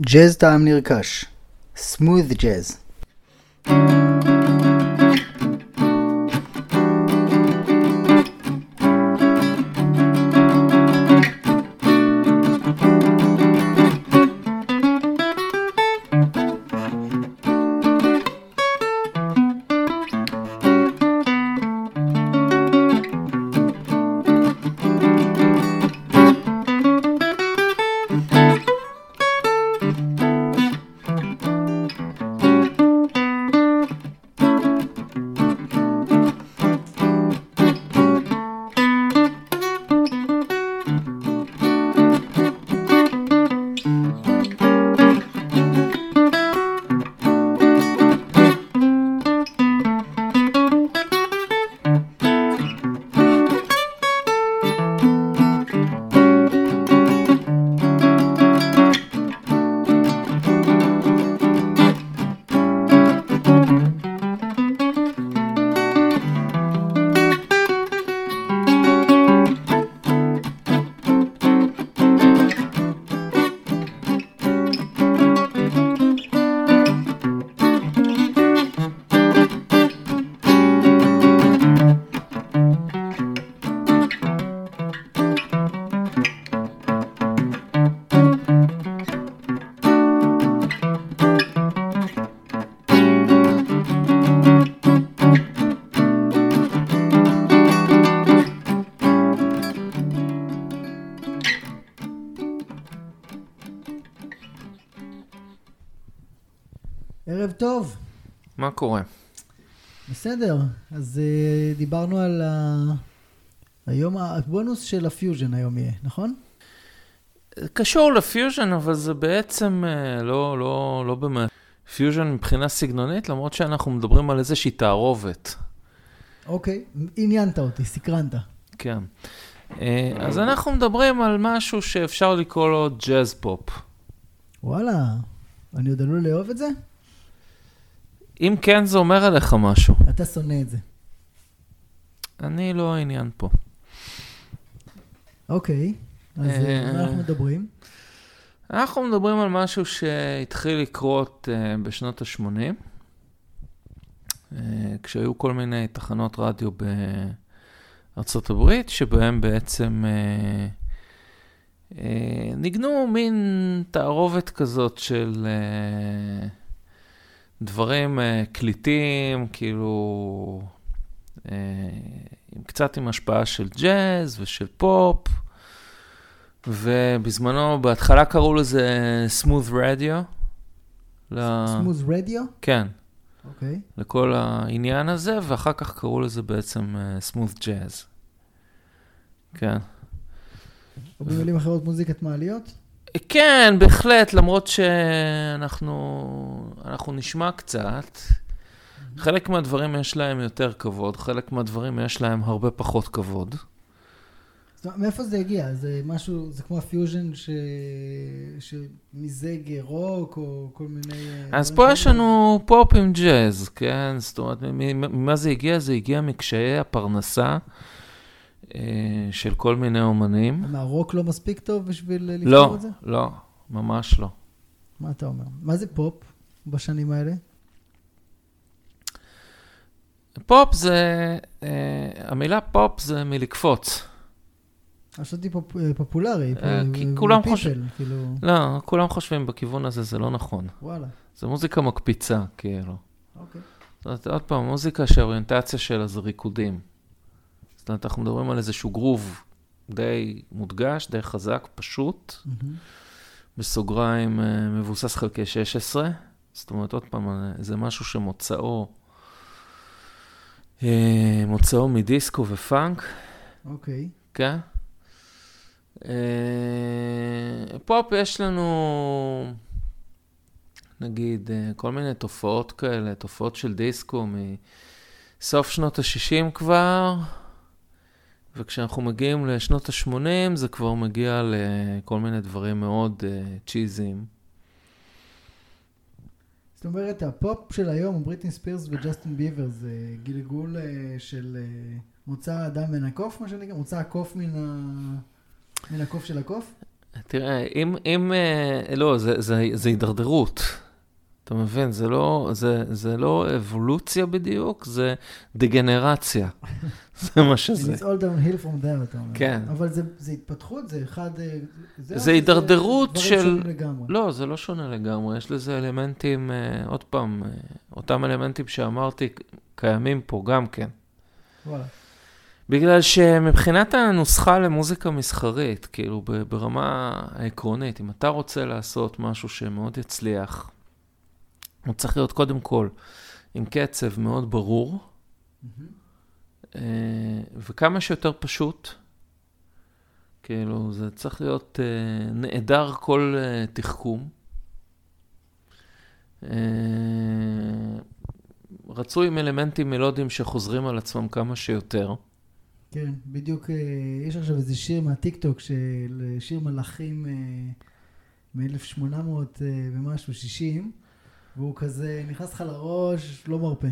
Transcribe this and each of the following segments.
ג'אז טעם נרכש. סמות' ג'אז. ערב טוב, מה קורה? בסדר. אז אה, דיברנו על ה... היום הבונוס של הפיוז'ן היום יהיה, נכון? קשור לפיוז'ן, אבל זה בעצם אה, לא, לא, לא באמת. פיוז'ן מבחינה סגנונית, למרות שאנחנו מדברים על איזושהי תערובת. אוקיי, עניינת אותי, סקרנת. כן. אה, אז אנחנו מדברים על משהו שאפשר לקרוא לו ג'אז פופ. וואלה, אני עוד עלול לאהוב את זה? אם כן, זה אומר עליך משהו. אתה שונא את זה. אני לא העניין פה. אוקיי, אז אה, על מה אנחנו מדברים? אנחנו מדברים על משהו שהתחיל לקרות אה, בשנות ה-80, אה, כשהיו כל מיני תחנות רדיו בארצות הברית, שבהן בעצם אה, אה, ניגנו מין תערובת כזאת של אה, דברים, אה, קליטים, כאילו, אה, עם קצת עם השפעה של ג'אז ושל פופ. ובזמנו, בהתחלה קראו לזה סמות' רדיו. ל... סמוז רדיו? כן, אוקיי. לכל העניין הזה, ואחר כך קראו לזה בעצם סמות' ג'אז. כן. או במילים אחרות מוזיקת מעליות? כן, בהחלט, למרות שאנחנו אנחנו נשמע קצת. חלק מהדברים יש להם יותר כבוד, חלק מהדברים יש להם הרבה פחות כבוד. זאת אומרת, מאיפה זה הגיע? זה משהו, זה כמו הפיוז'ן ש... שמיזג רוק או כל מיני... אה, אז דברים פה כאלה? יש לנו פופ עם ג'אז, כן? זאת אומרת, מ- מ- ממה זה הגיע? זה הגיע מקשיי הפרנסה אה, של כל מיני אומנים. מה, הרוק לא מספיק טוב בשביל אה, לפתור לא, את זה? לא, ממש לא. מה אתה אומר? מה זה פופ בשנים האלה? פופ זה, אה, המילה פופ זה מלקפוץ. חשבתי פופ... אה, פופולרי, פופ... אה, כי כולם people, חושבים- כאילו, לא, כולם חושבים בכיוון הזה, זה לא נכון. וואלה, זה מוזיקה מקפיצה, כאילו. אוקיי. זאת אומרת, עוד פעם, מוזיקה שהאוריינטציה שלה זה ריקודים. זאת אומרת, אנחנו מדברים על איזשהו גרוב די מודגש, די חזק, פשוט. מהמם. בסוגריים, אה, מבוסס חלקי 16. זאת אומרת, עוד פעם, אה, זה משהו שמוצאו, אה, מוצאו מדיסקו ופאנק, אוקיי. כן? אה, פופ יש לנו, נגיד, אה, כל מיני תופעות כאלה, תופעות של דיסקו מסוף שנות ה-60 כבר, וכשאנחנו מגיעים לשנות ה-80 זה כבר מגיע לכל מיני דברים מאוד אה, צ'יזיים. זאת אומרת, הפופ של היום, בריטני ספירס וג'סטין ביבר, זה גלגול אה, של אה, מוצא האדם מן הקוף, מה שנקרא? מוצא הקוף מן, ה... מן הקוף של הקוף? תראה, אם, אם, אה, לא, זה, זה, זה הידרדרות. אתה מבין? זה לא, זה, זה לא אבולוציה בדיוק, זה דגנרציה. זה מה שזה. It's all downhill from there, אתה אומר. כן. אבל זה, זה התפתחות, זה אחד... אה, זה זה הידרדרות דברים של- שונים לגמרי. לא, זה לא שונה לגמרי, יש לזה אלמנטים, אה, עוד פעם, אה, אותם אלמנטים שאמרתי קיימים פה גם כן. וואלה. בגלל שמבחינת הנוסחה למוזיקה מסחרית, כאילו ב- ברמה העקרונית, אם אתה רוצה לעשות משהו שמאוד יצליח, הוא צריך להיות קודם כל עם קצב מאוד ברור, מהמם. אה, וכמה שיותר פשוט. כאילו, זה צריך להיות אה, נעדר כל אה, תחכום. אה, רצוי עם אלמנטים מלודיים שחוזרים על עצמם כמה שיותר. כן, בדיוק, אה, יש עכשיו איזה שיר מהטיקטוק של אה, שיר מלאכים אה, מ-1800 אה, ומשהו, 60, והוא כזה נכנס לך לראש, לא מרפה.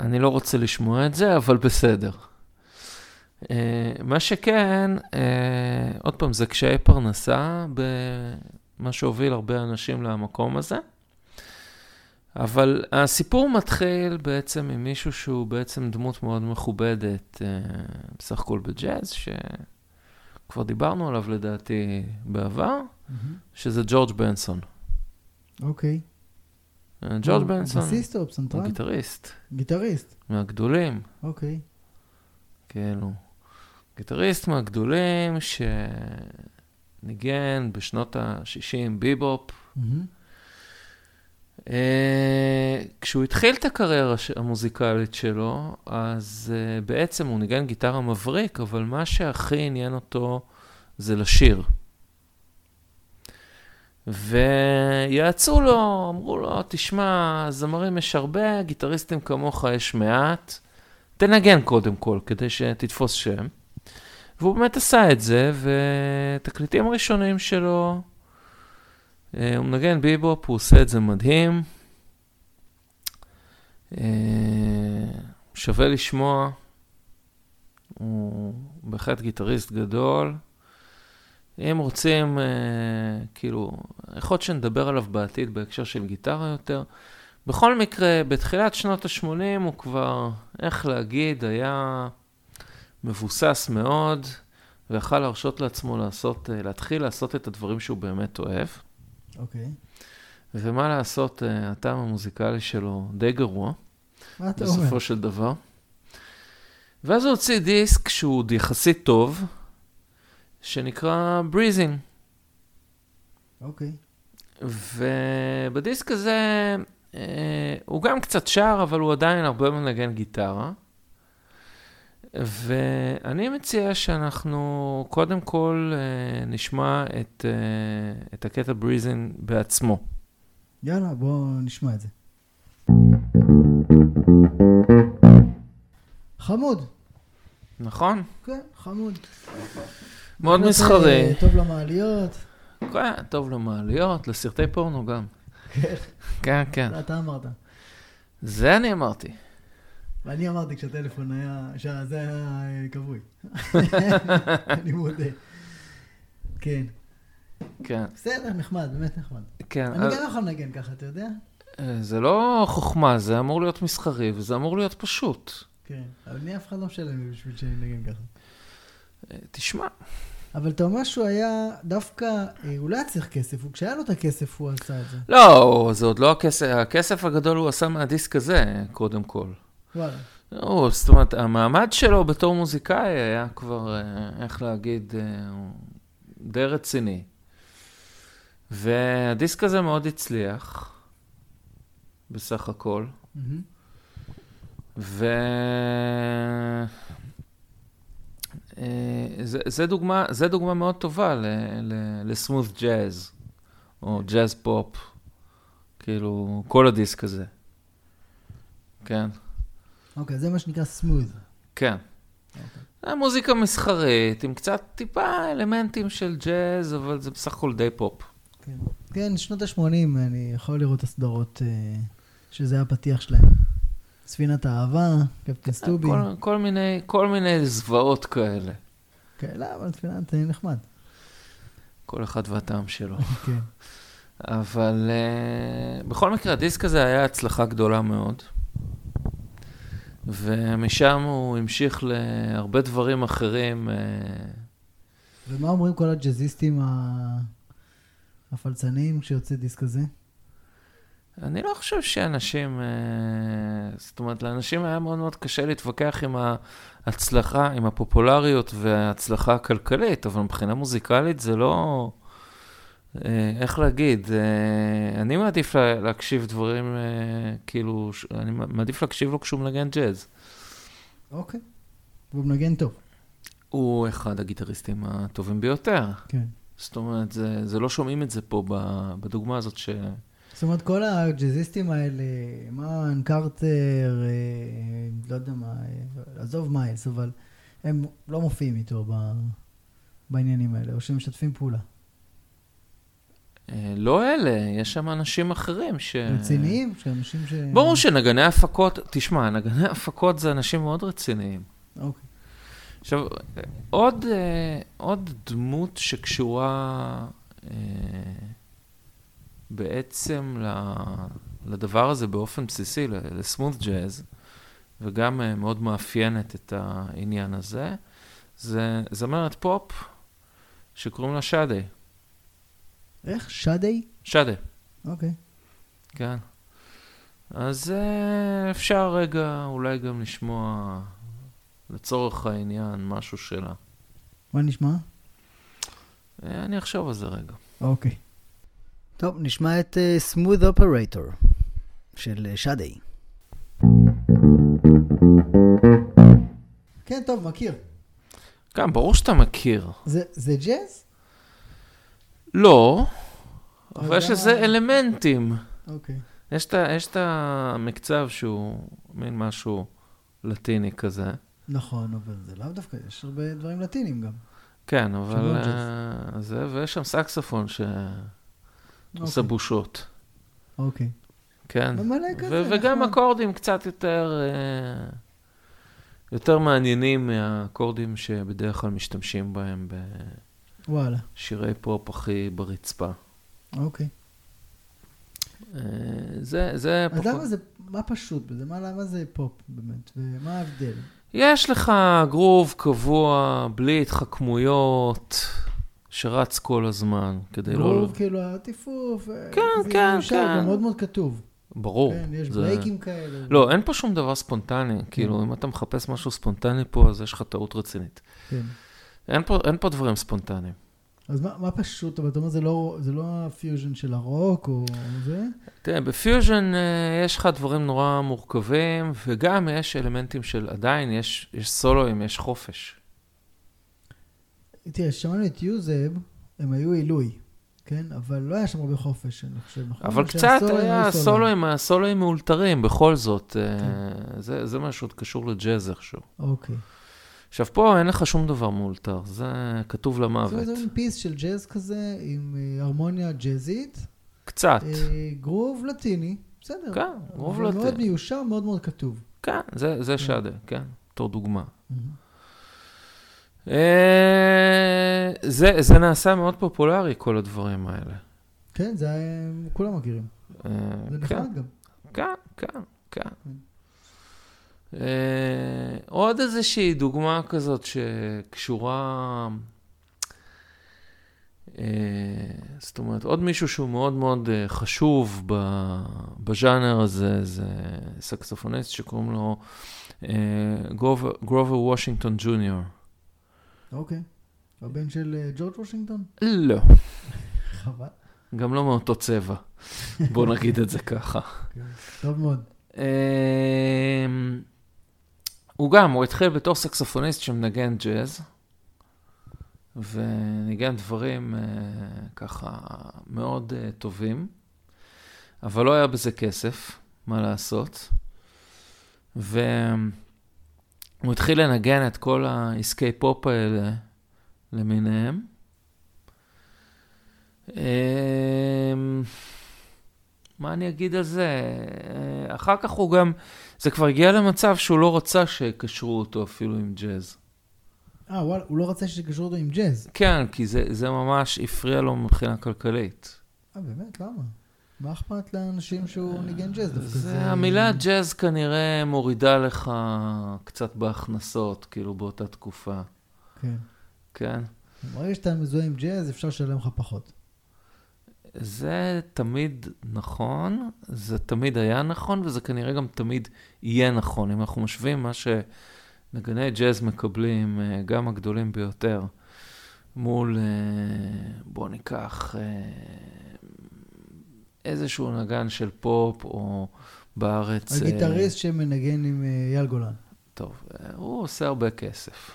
אני לא רוצה לשמוע את זה, אבל בסדר. אה, מה שכן, אה, עוד פעם, זה קשיי פרנסה, מה שהוביל הרבה אנשים למקום הזה. אבל הסיפור מתחיל בעצם עם מישהו שהוא בעצם דמות מאוד מכובדת, אה, בסך הכל בג'אז, שכבר דיברנו עליו לדעתי בעבר, שזה ג'ורג' בנסון. אוקיי. אה, ג'ורג' הוא בנסון בסיסט או הוא פסנתרן? גיטריסט גיטריסט, מהגדולים. אוקיי. כאילו, גיטריסט מהגדולים שניגן בשנות ה-60 ביבופ. מהמם. אה, כשהוא התחיל את הקריירה ש- המוזיקלית שלו, אז אה, בעצם הוא ניגן גיטרה מבריק, אבל מה שהכי עניין אותו זה לשיר. ויעצו לו, אמרו לו, תשמע, זמרים יש הרבה, גיטריסטים כמוך יש מעט, תנגן קודם כל, כדי שתתפוס שם. והוא באמת עשה את זה, ותקליטים ראשונים שלו, אה, הוא מנגן ביבופ, הוא עושה את זה מדהים. אה, שווה לשמוע. הוא בהחלט גיטריסט גדול. אם רוצים, אה, כאילו, יכול להיות שנדבר עליו בעתיד בהקשר של גיטרה יותר. בכל מקרה, בתחילת שנות ה-80 הוא כבר, איך להגיד, היה מבוסס מאוד, ויכל להרשות לעצמו לעשות, אה, להתחיל לעשות את הדברים שהוא באמת אוהב. אוקיי. ומה לעשות, אה, הטעם המוזיקלי שלו די גרוע, מה אתה אומר? בסופו של דבר. ואז הוא הוציא דיסק שהוא עוד יחסית טוב, שנקרא בריזין. אוקיי. ובדיסק הזה אה, הוא גם קצת שר, אבל הוא עדיין הרבה מנגן גיטרה. ואני מציע שאנחנו קודם כל אה, נשמע את, אה, את הקטע בריזין בעצמו. יאללה, בואו נשמע את זה. חמוד. נכון? כן, חמוד. מאוד באמת, מסחרי. אה, טוב למעליות. כן, טוב למעליות, לסרטי פורנו גם. כן, כן. אתה- אתה אמרת. זה אני אמרתי. ואני אמרתי כשהטלפון היה, שזה היה אה, כבוי. אני מודה. כן. כן, בסדר, נחמד, באמת נחמד. כן. אני גם יכול לנגן ככה, אתה יודע? אה, זה לא חוכמה, זה אמור להיות מסחרי וזה אמור להיות פשוט. כן. אבל אני אף אחד לא משלם לי בשביל שאני אנגן ככה. אה, תשמע, אבל אתה אומר שהוא היה דווקא, אה, הוא לא היה צריך כסף, הוא כשהיה לו את הכסף הוא עשה את זה. לא, זה עוד לא הכסף, הכסף הגדול הוא עשה מהדיסק הזה, קודם כל. וואלה. לא, זאת אומרת, המעמד שלו בתור מוזיקאי היה כבר, אה, איך להגיד, אה, הוא די רציני. והדיסק הזה מאוד הצליח, בסך הכל. מהמם. ו... אה, זה, זה, דוגמה, זה דוגמה מאוד טובה ל- ל- לסמוט ג'אז, או ג'אז פופ, כאילו, כל הדיסק הזה. כן, אוקיי, זה מה שנקרא סמוד. כן. זה מוזיקה מסחרית, עם קצת טיפה אלמנטים של ג'אז, אבל זה בסך הכל די פופ. כן. כן, שנות ה-80, אני יכול לראות את הסדרות אה, שזה הפתיח שלהם. ספינת האהבה, קפטן סטובי. כל, כל, מיני, כל מיני זוועות כאלה. כן, לא, אבל ספינת אה, נחמד. כל אחד והטעם שלו. כן. אבל אה, בכל מקרה, הדיסק הזה היה הצלחה גדולה מאוד. ומשם הוא המשיך להרבה דברים אחרים. אה, ומה אומרים כל הג'אזיסטים ה- הפלצניים כשיוצא דיסק כזה? אני לא חושב שאנשים, אה, זאת אומרת, לאנשים היה מאוד מאוד קשה להתווכח עם ההצלחה, עם הפופולריות וההצלחה הכלכלית, אבל מבחינה מוזיקלית זה לא, אה, איך להגיד, אה, אני מעדיף לה- להקשיב דברים, אה, כאילו, ש- אני מעדיף להקשיב לו כשהוא מנגן ג'אז. אוקיי. והוא מנגן טוב. הוא אחד הגיטריסטים הטובים ביותר. כן. זאת אומרת, זה, זה לא שומעים את זה פה ב- בדוגמה הזאת ש... זאת אומרת, כל הג'אזיסטים האלה, מן, קרטר, אה, לא יודע מה, אה, עזוב מיילס, אבל הם לא מופיעים איתו ב- בעניינים האלה, או שהם משתפים פעולה. אה, לא אלה, יש שם אנשים אחרים ש... רציניים, שאנשים ש... ברור שנגני הפקות, תשמע, נגני הפקות זה אנשים מאוד רציניים. אוקיי. עכשיו, עוד, אה, עוד דמות שקשורה אה, בעצם ל- לדבר הזה באופן בסיסי, ל- לסמוט ג'אז, וגם אה, מאוד מאפיינת את העניין הזה, זה זמרת פופ שקוראים לה שדי. איך? שדי? שדי, אוקיי. כן. אז אה, אפשר רגע אולי גם לשמוע לצורך העניין משהו שלה. מה נשמע? אה, אני אחשוב על זה רגע. אוקיי. טוב, נשמע את אה, Smooth Operator של אה, שדי. כן, טוב, מכיר. כן, ברור שאתה מכיר. זה זה ג'אז? לא, אבל אבל יש למה- לזה אלמנטים. אוקיי. יש את ה- יש את המקצב שהוא מין משהו לטיני כזה. נכון, אבל זה לאו דווקא, יש הרבה דברים לטינים גם. כן, שהוא אבל לא ג'אז. אה, זה, ויש שם סקספון שעושה אוקיי. בושות. אוקיי. כן. מלא ו- כזה, וגם נכון. אקורדים קצת יותר, אה, יותר מעניינים מהאקורדים שבדרך כלל משתמשים בהם וואלה, בשירי פופ הכי ברצפה. אוקיי. אה, זה, זה אז למה זה, מה פשוט בזה? מה, למה זה פופ באמת? ומה ההבדל? יש לך גרוב קבוע, בלי התחכמויות, שרץ כל הזמן, כדי לא... גרוב, כאילו, הטיפוף. אה, כן, זה כן, מיושר, כן. גם מאוד מאוד כתוב. ברור. כן, יש זה- ברייקים כאלה. לא, אין פה שום דבר ספונטני. כאילו, אם אתה מחפש משהו ספונטני פה, אז יש לך טעות רצינית. כן. אין פה, אין פה דברים ספונטניים. אז מה, מה פשוט? אבל אתה אומר, זה לא, זה לא הפיוז'ן של הרוק או זה? תראה, בפיוז'ן אה, יש לך דברים נורא מורכבים, וגם יש אלמנטים של עדיין, יש, יש סולואים, יש חופש. תראה, שמענו את יוזב, הם היו עילוי, כן? אבל לא היה שם הרבה חופש, אני חושב, נכון? אבל קצת שהסולואים היה היו סולואים. סולואים, הסולואים מאולתרים, בכל זאת. אה, כן. זה, זה משהו שקשור לג'אז איכשהו. אוקיי. עכשיו, פה אין לך שום דבר מאולתר, זה כתוב זאת אומרת, למוות. זה מין פיס של ג'אז כזה, עם אה, הרמוניה ג'אזית, קצת. אה, גרוב לטיני, בסדר. כן, רוב אבל מאוד לטה. מיושר, מאוד מאוד כתוב. כן, זה, זה שדה, כן, בתור דוגמה. אה, זה, זה נעשה מאוד פופולרי, כל הדברים האלה. כן, זה היה- כולם מכירים. אה, זה נכון, כן. נחמד גם. כן, כן, כן. אה, עוד איזושהי דוגמה כזאת שקשורה, אה, זאת אומרת, עוד מישהו שהוא מאוד מאוד אה, חשוב ב- בז'אנר הזה, זה סקסופוניסט שקוראים לו אה, גרובר- גרובר וושינגטון ג'וניור. אוקיי. הבן של אה, ג'ורג' וושינגטון? לא, חבל. גם לא מאותו צבע, בוא נגיד את זה ככה. טוב מאוד. אמ, הוא גם, הוא התחיל בתור סקסופוניסט שמנגן ג'אז, וניגן דברים אה, ככה מאוד אה, טובים, אבל לא היה בזה כסף, מה לעשות. והוא התחיל לנגן את כל העסקי פופ האלה למיניהם. אמ, מה אני אגיד על זה? אה, אחר כך הוא גם, זה כבר הגיע למצב שהוא לא רצה שיקשרו אותו אפילו עם ג'אז. אה, וואלה, הוא לא רצה שיקשרו אותו עם ג'אז. כן, כי זה, זה ממש הפריע לו מבחינה כלכלית. אה, באמת? למה? מה אכפת לאנשים שהוא ניגן ג'אז דווקא? אה, זה, המילה ג'אז כנראה מורידה לך קצת בהכנסות, כאילו באותה תקופה, כן. כן? ברגע שאתה מזוהה עם ג'אז, אפשר לשלם לך פחות. זה תמיד נכון, זה תמיד היה נכון, וזה כנראה גם תמיד יהיה נכון. אם אנחנו משווים מה שנגני ג'אז מקבלים, אה, גם הגדולים ביותר, מול, אה, בואו ניקח אה, איזשהו נגן של פופ, או בארץ... אה, הגיטריסט שמנגן עם אה, אייל גולן. טוב, אה, הוא עושה הרבה כסף,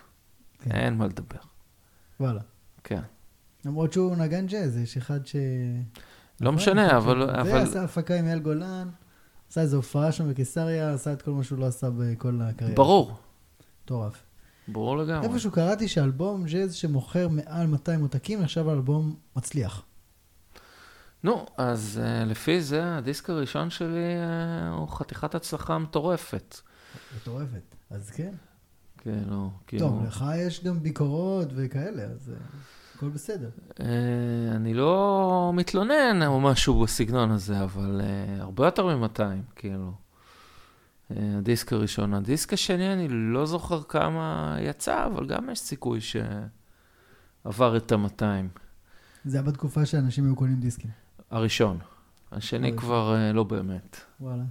כן. אין מה לדבר, וואלה. כן. למרות שהוא נגן ג'אז, יש אחד ש... נכון, לא משנה, אבל... אבל- ועשה הפקה עם אייל גולן, עשה איזו הופעה שם בקיסריה, עשה את כל מה שהוא לא עשה בכל הקריירה. ברור, מטורף. ברור לגמרי. איפשהו קראתי שאלבום ג'אז שמוכר מעל 200 עותקים נחשב אלבום מצליח. נו, אז uh, לפי זה, הדיסק הראשון שלי uh, הוא חתיכת הצלחה מטורפת. מטורפת. אז כן. כאילו, כאילו... טוב, לך יש גם ביקורות וכאלה, אז אה, הכל בסדר. Uh, אני לא מתלונן או משהו בסגנון הזה, אבל uh, הרבה יותר מ-200, כאילו. Uh, הדיסק הראשון. הדיסק השני, אני לא זוכר כמה יצא, אבל גם יש סיכוי שעבר את ה-200. זה היה בתקופה שאנשים היו קונים דיסקים. הראשון. השני אוי. כבר uh, לא באמת. וואלה.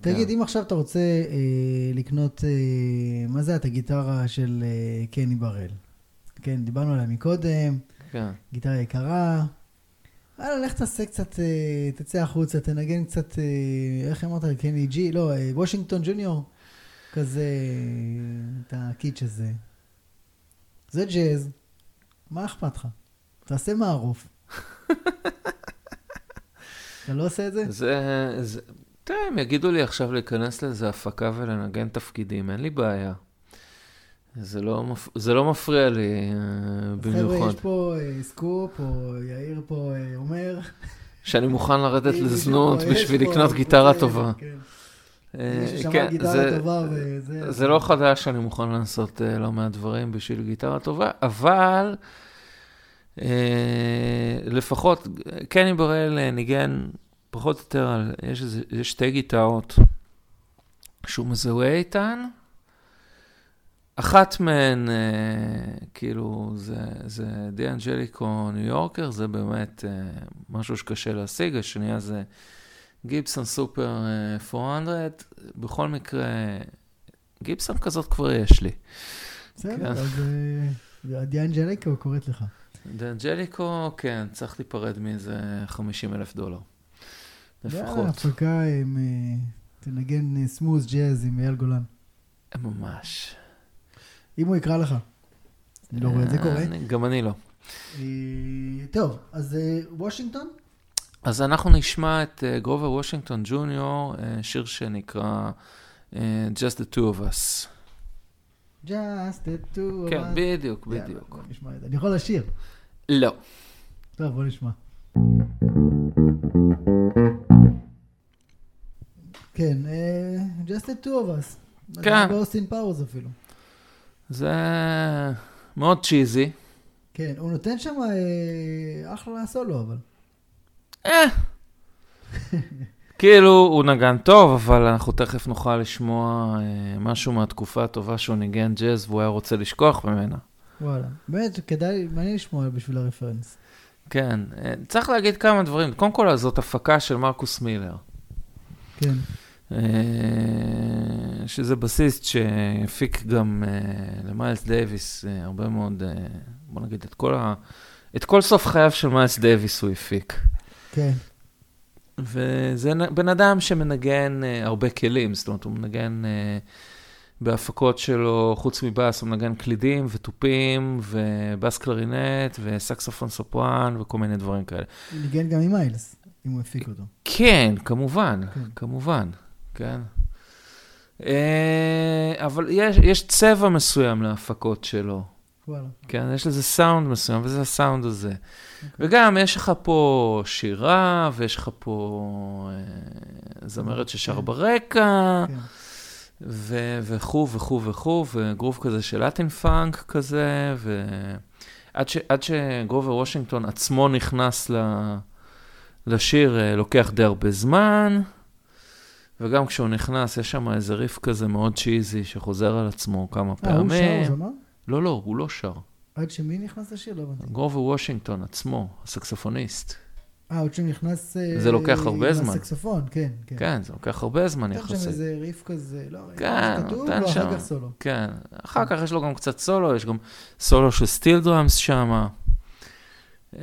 תגיד, אם עכשיו אתה רוצה אה, לקנות, אה, מה זה היה את הגיטרה של אה, קני בראל? כן, דיברנו עליה מקודם, כן. גיטרה יקרה. יאללה, לך תעשה קצת, אה, תצא החוצה, תנגן קצת, אה, איך אמרת, קני ג'י? לא, אה, וושינגטון ג'וניור. כזה, אה, את הקיץ' הזה. זה ג'אז, מה אכפת לך? תעשה מערוף. אתה לא עושה את זה? זה, זה... תראה, הם יגידו לי עכשיו להיכנס לאיזה הפקה ולנגן תפקידים, אין לי בעיה. זה לא, מפ... זה לא מפריע לי אה, חבר'ה, במיוחד. יש פה אה, סקופ, או יאיר פה אה, אומר. שאני מוכן לרדת אם מישהו לזנות פה, יש בשביל פה, לקנות אה, גיטרה אה, טובה. כן. אה, מישהו שמע כן, גיטרה זה- טובה וזה... זה לא חדש שאני מוכן לעשות אה, לא מעט דברים בשביל גיטרה טובה, אבל אה, לפחות, אה, קני בראל אה, ניגן פחות או יותר על, יש, איזה- יש שתי גיטרות שהוא מזוהה איתן. אחת מהן, אה, כאילו, זה, זה די אנג'ליקו ניו יורקר, זה באמת אה, משהו שקשה להשיג, השנייה זה גיבסון סופר אה, 400, בכל מקרה, גיבסון כזאת כבר יש לי. כן. בסדר, אז אה, זה עדיין ג'לקו קוראת לך. דאנג'ליקו, כן, צריך להיפרד מאיזה 50 אלף דולר. יאללה, לפחות. הפקה עם... אה, תנגן אה, סמוז ג'אז עם אייל גולן. ממש. אם הוא יקרא לך. אני לא רואה את זה אה, קורה. אני- גם אני לא. אה, טוב, אז אה, וושינגטון? אז אנחנו נשמע את אה, גרובר וושינגטון ג'וניור, אה, שיר שנקרא אה, Just the Two of Us. Just the two of כן, us. בדיוק, יאללה, בדיוק. בוא נשמע את זה. אני יכול לשיר. לא. טוב, בוא נשמע. כן, אה, Just the two of us. כן. באוסטין פאוורס אפילו. זה מאוד צ'יזי. כן, הוא נותן שם אה, אחלה סולו, אבל. אה. כאילו, הוא נגן טוב, אבל אנחנו תכף נוכל לשמוע אה, משהו מהתקופה הטובה שהוא ניגן ג'אז והוא היה רוצה לשכוח ממנה. וואלה. באמת, כדאי, מעניין לשמוע בשביל הרפרנס. כן, אה, צריך להגיד כמה דברים. קודם כל, זאת הפקה של מרקוס מילר, כן, אה, שזה בסיסט שהפיק גם אה, למיילס דייוויס אה, הרבה מאוד, אה, בוא נגיד, את כל, ה... את כל סוף חייו של מיילס דייוויס הוא הפיק. כן, וזה נ- בן אדם שמנגן אה, הרבה כלים, זאת אומרת, הוא מנגן אה, בהפקות שלו, חוץ מבאס, הוא מנגן קלידים ותופים, ובאס קלרינט, וסקסופון סופרן, וכל מיני דברים כאלה. הוא ניגן גם עם מיילס, אם הוא הפיק אותו. כן, כמובן, כן. כמובן, כן. אה, אבל יש, יש צבע מסוים להפקות שלו, וואלה. כן? יש לזה סאונד מסוים, וזה הסאונד הזה. אוקיי. וגם יש לך פה שירה, ויש לך פה אה, זמרת ששר כן. ברקע, כן. ו- וכו' וכו' וכו', וגרוב כזה של לטין פאנק כזה, ועד ש- עד שגרובר וושינגטון עצמו נכנס ל- לשיר, אה, לוקח די הרבה זמן, וגם כשהוא נכנס, יש שם איזה ריף כזה מאוד צ'יזי שחוזר על עצמו כמה אה, הוא שר פעמים. זמר? לא, לא, הוא לא שר. עד שמי נכנס לשיר? לא הבנתי. גרובר וושינגטון עצמו, הסקסופוניסט. אה, עוד שהוא נכנס... אה, זה לוקח הרבה עם זמן. הסקסופון, כן, כן. כן, זה לוקח הרבה זמן נותן שם יחסית. איזה ריף כזה, לא, כן, זה כתוב, נותן לא, שם. אחר כך סולו. כן, אחר כך יש לו גם קצת סולו, יש גם סולו של סטיל דראמס שמה. אמ,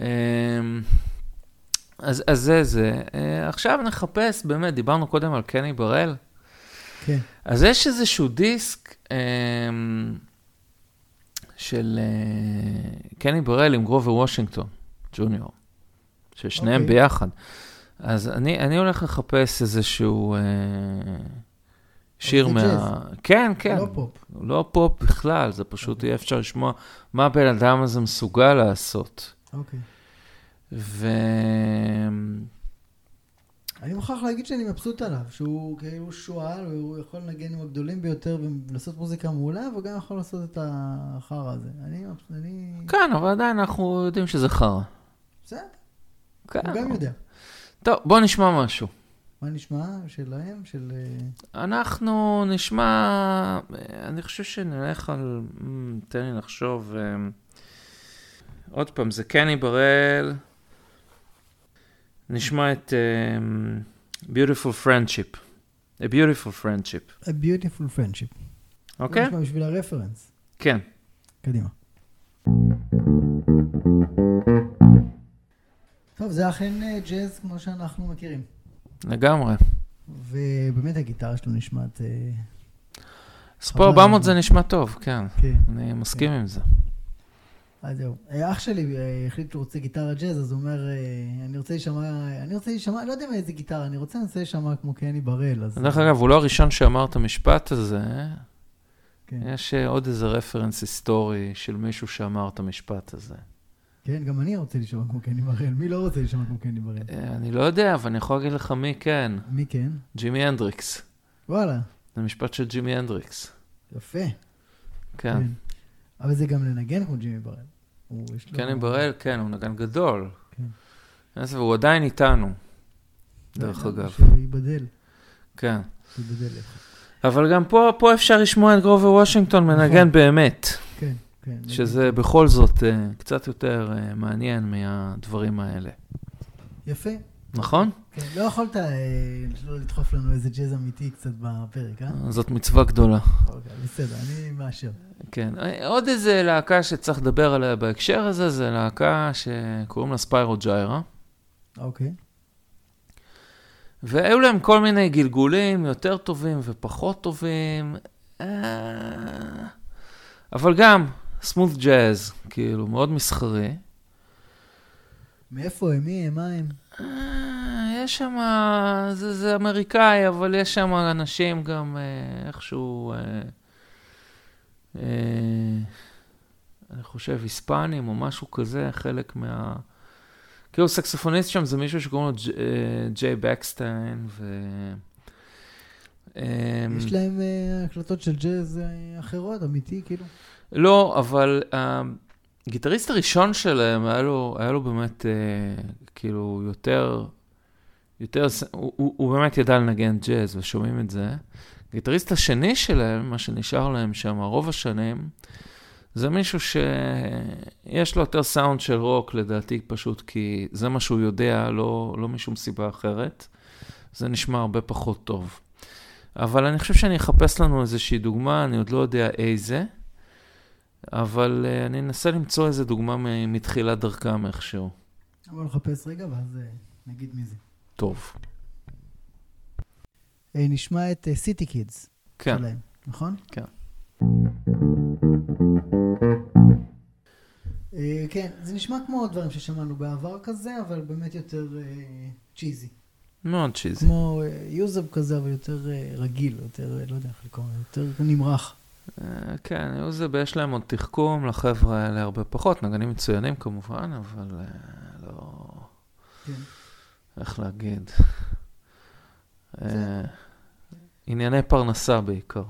אז, אז זה זה. אה, עכשיו נחפש, באמת, דיברנו קודם על קני בראל, כן. אז יש איזשהו דיסק אמ, של אה, קני בראל עם גרובר וושינגטון, ג'וניור, ששניהם okay. אוקיי. ביחד. אז אני, אני הולך לחפש איזשהו אה, שיר זה מה... כן, כן. לא אוקיי. פופ. לא פופ בכלל, זה פשוט יהיה אפשר לשמוע מה הבן אדם הזה מסוגל לעשות. אוקיי. ו... אני מוכרח להגיד שאני מבסוט עליו, שהוא כאילו שועל, והוא יכול לנגן עם הגדולים ביותר ולעשות מוזיקה מעולה, וגם יכול לעשות את החרא הזה. אני... מבס- אני... כן, אבל עדיין אנחנו יודעים שזה חרא. בסדר, כן. הוא גם יודע. טוב, בוא נשמע משהו. מה נשמע שלהם? של... אה, אנחנו נשמע, אני חושב שנלך על, אמ, תן לי לחשוב, אמ, עוד פעם, זה כן קני בראל, נשמע את אמ, Beautiful Friendship, A Beautiful Friendship, A Beautiful Friendship. אוקיי? נשמע בשביל הרפרנס. כן. קדימה. טוב, זה אכן אה, ג'אז כמו שאנחנו מכירים. לגמרי. ובאמת הגיטרה שלו נשמעת... אה, אז פה אבל- 400 זה נשמע טוב, כן. כן. אני מסכים עם זה. אז זהו. אה, אח שלי אה, החליט שהוא רוצה גיטרה ג'אז, אז הוא אומר, אה, אני רוצה להישמע, אני רוצה להישמע, לא יודע מאיזה גיטרה, אני רוצה לנסות להישמע כמו קני בראל, אז... דרך אגב, הוא לא הראשון שאמר את המשפט הזה. כן. יש אה, עוד איזה רפרנס היסטורי של מישהו שאמר את המשפט הזה. כן, גם אני רוצה להישמע כמו קני בראל, מי לא רוצה להישמע כמו קני בראל? אה, אני לא יודע, אבל אני יכול להגיד לך מי כן. מי כן? ג'ימי הנדריקס. וואלה, זה משפט של ג'ימי הנדריקס. יפה. כן. כן. אבל זה גם לנגן כמו ג'ימי בראל. הוא, יש לו- קני בראל, כן, הוא נגן גדול. כן. אז והוא עדיין איתנו, לא דרך יודע, אגב. שייבדל, כן. שייבדל לך. אבל גם פה, פה אפשר לשמוע את גרובר וושינגטון מנגן נכון. באמת. כן, כן. שזה בכל זאת אה, קצת יותר אה, מעניין מהדברים האלה, יפה. נכון? כן, לא יכולת אה, לא לדחוף לנו איזה ג'אז אמיתי קצת בפרק, אה? זאת מצווה גדולה. אוקיי, בסדר, אני מאשר. כן. אה, עוד איזה להקה שצריך לדבר עליה בהקשר הזה, זה להקה שקוראים לה ספיירו ג'יירה, אוקיי. והיו להם כל מיני גלגולים יותר טובים ופחות טובים, אה, אבל גם סמוט ג'אז, כאילו, מאוד מסחרי. מאיפה הם? מי הם? מה הם? אה, יש שם, זה, זה אמריקאי, אבל יש שם אנשים גם אה, איכשהו, אה, אה, אני חושב, היספנים או משהו כזה, חלק מה... כאילו סקסופוניסט שם זה מישהו שקוראים לו ג'- אה, ג'יי בקסטיין, ו... אה, יש להם אה, הקלטות של ג'אז אה, אחרות, אמיתי, כאילו. לא, אבל הגיטריסט הראשון שלהם, היה לו, היה לו באמת, אה, כאילו, יותר, יותר, ס- הוא, הוא, הוא באמת ידע לנגן ג'אז, ושומעים את זה. הגיטריסט השני שלהם, מה שנשאר להם שם רוב השנים, זה מישהו שיש לו יותר סאונד של רוק, לדעתי, פשוט כי זה מה שהוא יודע, לא, לא משום סיבה אחרת. זה נשמע הרבה פחות טוב. אבל אני חושב שאני אחפש לנו איזושהי דוגמה, אני עוד לא יודע איזה. אבל אה, אני אנסה למצוא איזה דוגמה מ- מתחילת דרכם איכשהו. בואו נחפש רגע ואז אה, נגיד מי זה. טוב. אה, נשמע את סיטי קידס כן. שלהם, נכון? כן. אה, כן, זה נשמע כמו דברים ששמענו בעבר כזה, אבל באמת יותר אה, צ'יזי. מאוד צ'יזי. כמו אה, יוזאב כזה, אבל יותר אה, רגיל, יותר, אה, לא יודע איך לקרוא לזה, יותר נמרח. אה, כן, היו זה, ויש להם עוד תחכום לחבר'ה האלה הרבה פחות, נגנים מצוינים כמובן, אבל אה, לא... כן. איך להגיד? אה, ענייני פרנסה בעיקר,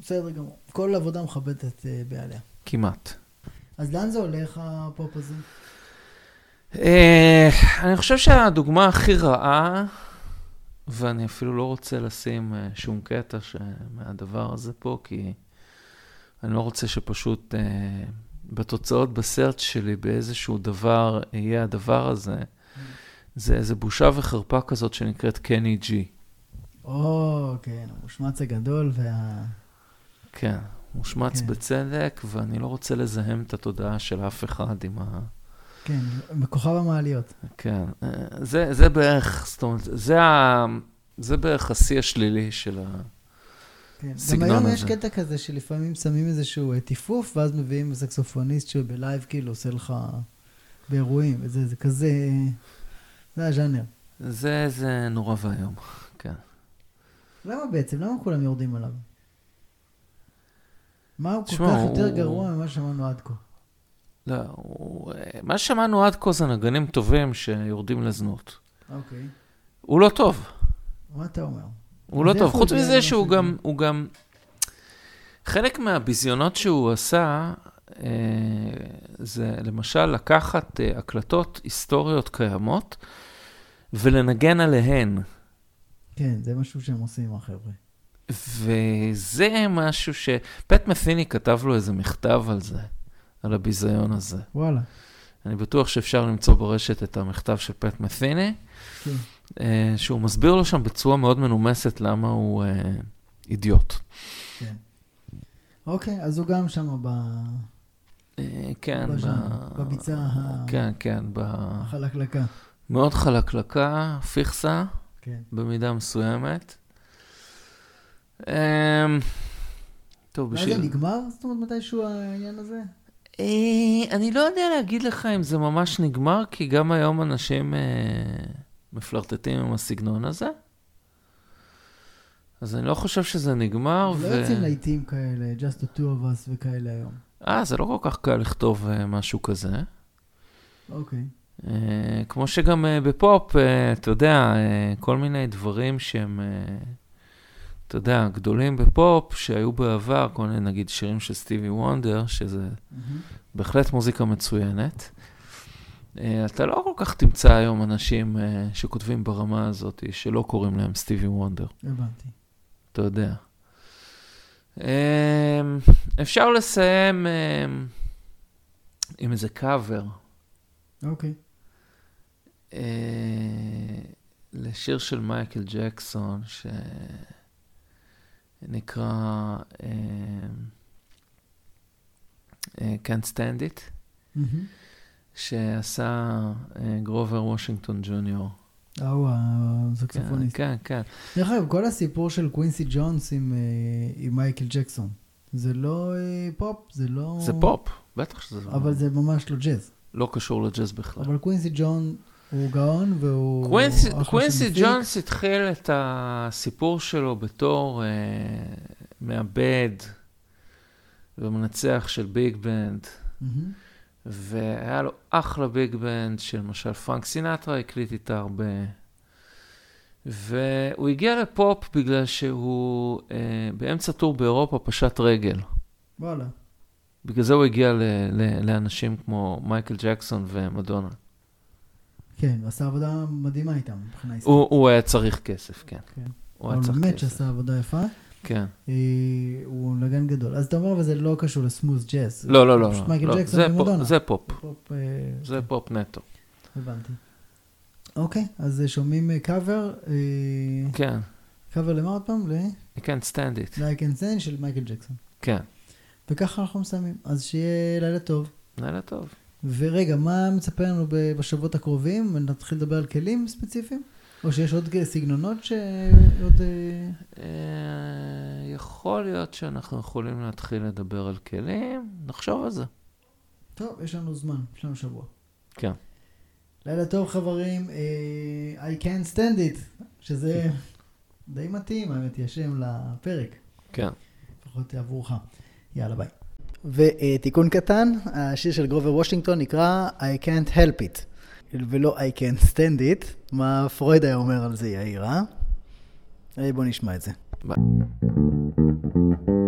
בסדר גמור. כל עבודה מכבדת אה, בעליה. כמעט. אז לאן זה הולך, הפופ הזה? אה, אני חושב שהדוגמה הכי רעה, ואני אפילו לא רוצה לשים אה, שום קטע ש- מהדבר הזה פה, כי אני לא רוצה שפשוט אה, בתוצאות בסרט שלי באיזשהו דבר יהיה הדבר הזה. זה איזה בושה וחרפה כזאת שנקראת קני ג'י. או, כן, המושמץ הגדול וה... כן, מושמץ כן. בצדק, ואני לא רוצה לזהם את התודעה של אף אחד עם ה... כן, בכוכב המעליות. כן, אה, זה, זה בערך, זאת אומרת, זה, ה, זה בערך השיא השלילי של ה... כן. גם סגנון היום הזה. יש קטע כזה שלפעמים שמים איזשהו אה, טיפוף, ואז מביאים סקסופוניסט שבלייב כאילו עושה לך באירועים, וזה זה כזה... אה, זה הז'אנר. זה, זה נורא ואיום, כן. למה בעצם? למה כולם יורדים עליו? מה הוא כל תשמע, כך הוא- יותר גרוע ממה שאמרנו עד כה? לא, הוא, אה, מה ששמענו עד כה זה נגנים טובים שיורדים לזנות. אוקיי. הוא לא טוב, מה אתה אומר? הוא לא אז טוב. איפה חוץ הוא מזה יודע שהוא משהו? גם, הוא גם... חלק מהביזיונות שהוא עשה, אה, זה למשל לקחת אה, הקלטות היסטוריות קיימות ולנגן עליהן. כן, זה משהו שהם עושים, החבר'ה. וזה משהו ש... פט מת'יני כתב לו איזה מכתב על זה, על הביזיון הזה. וואלה. אני בטוח שאפשר למצוא ברשת את המכתב של פט מת'יני, כן. אה, שהוא מסביר לו שם בצורה מאוד מנומסת למה הוא אה, אידיוט. כן. אוקיי, אז הוא גם שם ב... אה, כן, בז'אנר, בביצה ה- כן, כן, ב... החלקלקה. מאוד חלקלקה, פיכסה. כן. במידה מסוימת. אמ, טוב, ואז בשביל... זה נגמר? זאת אומרת, מתישהו העניין הזה? אה, אני לא יודע להגיד לך אם זה ממש נגמר, כי גם היום אנשים אה, מפלרטטים עם הסגנון הזה. אז אני לא חושב שזה נגמר. לא אה, ו- יוצאים להיטים כאלה, Just the two of us וכאלה היום. אה, זה לא כל כך קל לכתוב אה, משהו כזה. אוקיי. אה, כמו שגם אה, בפופ, אה, אתה יודע, אה, כל מיני דברים שהם, אה, אתה יודע, גדולים בפופ, שהיו בעבר, כל מיני, נגיד, שירים של סטיבי וונדר, שזה מהמם. בהחלט מוזיקה מצוינת. אה, אתה לא כל כך תמצא היום אנשים אה, שכותבים ברמה הזאת, שלא קוראים להם סטיבי וונדר, הבנתי. אתה יודע. אה, אפשר לסיים אה, עם איזה קאבר. אוקיי. אה, לשיר של מייקל ג'קסון, שנקרא אה, אה, Can't Stand It, מהמם. שעשה אה, גרובר וושינגטון ג'וניור. ההוא כן, הסקסופוניסט. כן, כן. דרך אגב, כל הסיפור של קווינסי ג'ונס עם, אה, עם מייקל ג'קסון, זה לא אה, פופ, זה לא... זה פופ, בטח שזה אבל זה ממש לא ג'אז. לא קשור לג'אז בכלל. אבל קווינסי ג'ון הוא גאון והוא... קווינסי- אחלה של קווינסי מפיק. ג'ונס התחיל את הסיפור שלו בתור אה, מעבד ומנצח של ביג בנד. מהמם. והיה לו אחלה ביג בנד שלמשל פרנק סינטרה הקליט איתה הרבה. והוא הגיע לפופ בגלל שהוא אה, באמצע טור באירופה פשט רגל. וואלה. בגלל זה הוא הגיע ל, ל, לאנשים כמו מייקל ג'קסון ומדונה. כן, הוא עשה עבודה מדהימה איתם מבחינה היסטורית. הוא, הוא היה צריך כסף, כן. כן. הוא היה צריך אבל באמת כסף. שעשה עבודה יפה. כן. אה, הוא נגן גדול. אז אתה אומר, אבל זה לא קשור לסמוס ג'אז. לא, לא, לא. פשוט לא, מייקל לא. ג'קסון זה פופ- ומדונה. זה פופ, פופ, אה, זה פופ נטו. הבנתי. אוקיי, אז אה, שומעים אה, קאבר. אה, כן. קאבר למה עוד פעם? ל... I can't stand it. Like and Zen של מייקל ג'קסון. כן. וככה אנחנו מסיימים. אז שיהיה לילה טוב. לילה טוב. ורגע, מה מצפה לנו ב- בשבועות הקרובים? נתחיל לדבר על כלים ספציפיים? או שיש עוד אה, סגנונות שעוד... אה, אה, יכול להיות שאנחנו יכולים להתחיל לדבר על כלים, נחשוב על זה. טוב, יש לנו זמן, יש לנו שבוע. כן. לילה טוב חברים, אה, I can't stand it, שזה די מתאים, האמת היא השם לפרק, כן. לפחות עבורך. יאללה ביי. ותיקון קטן, השיר של גרובר וושינגטון נקרא I can't help it, ולא I can't stand it, מה פרויד היה אומר על זה, יאיר, אה? היי, בוא נשמע את זה. ביי.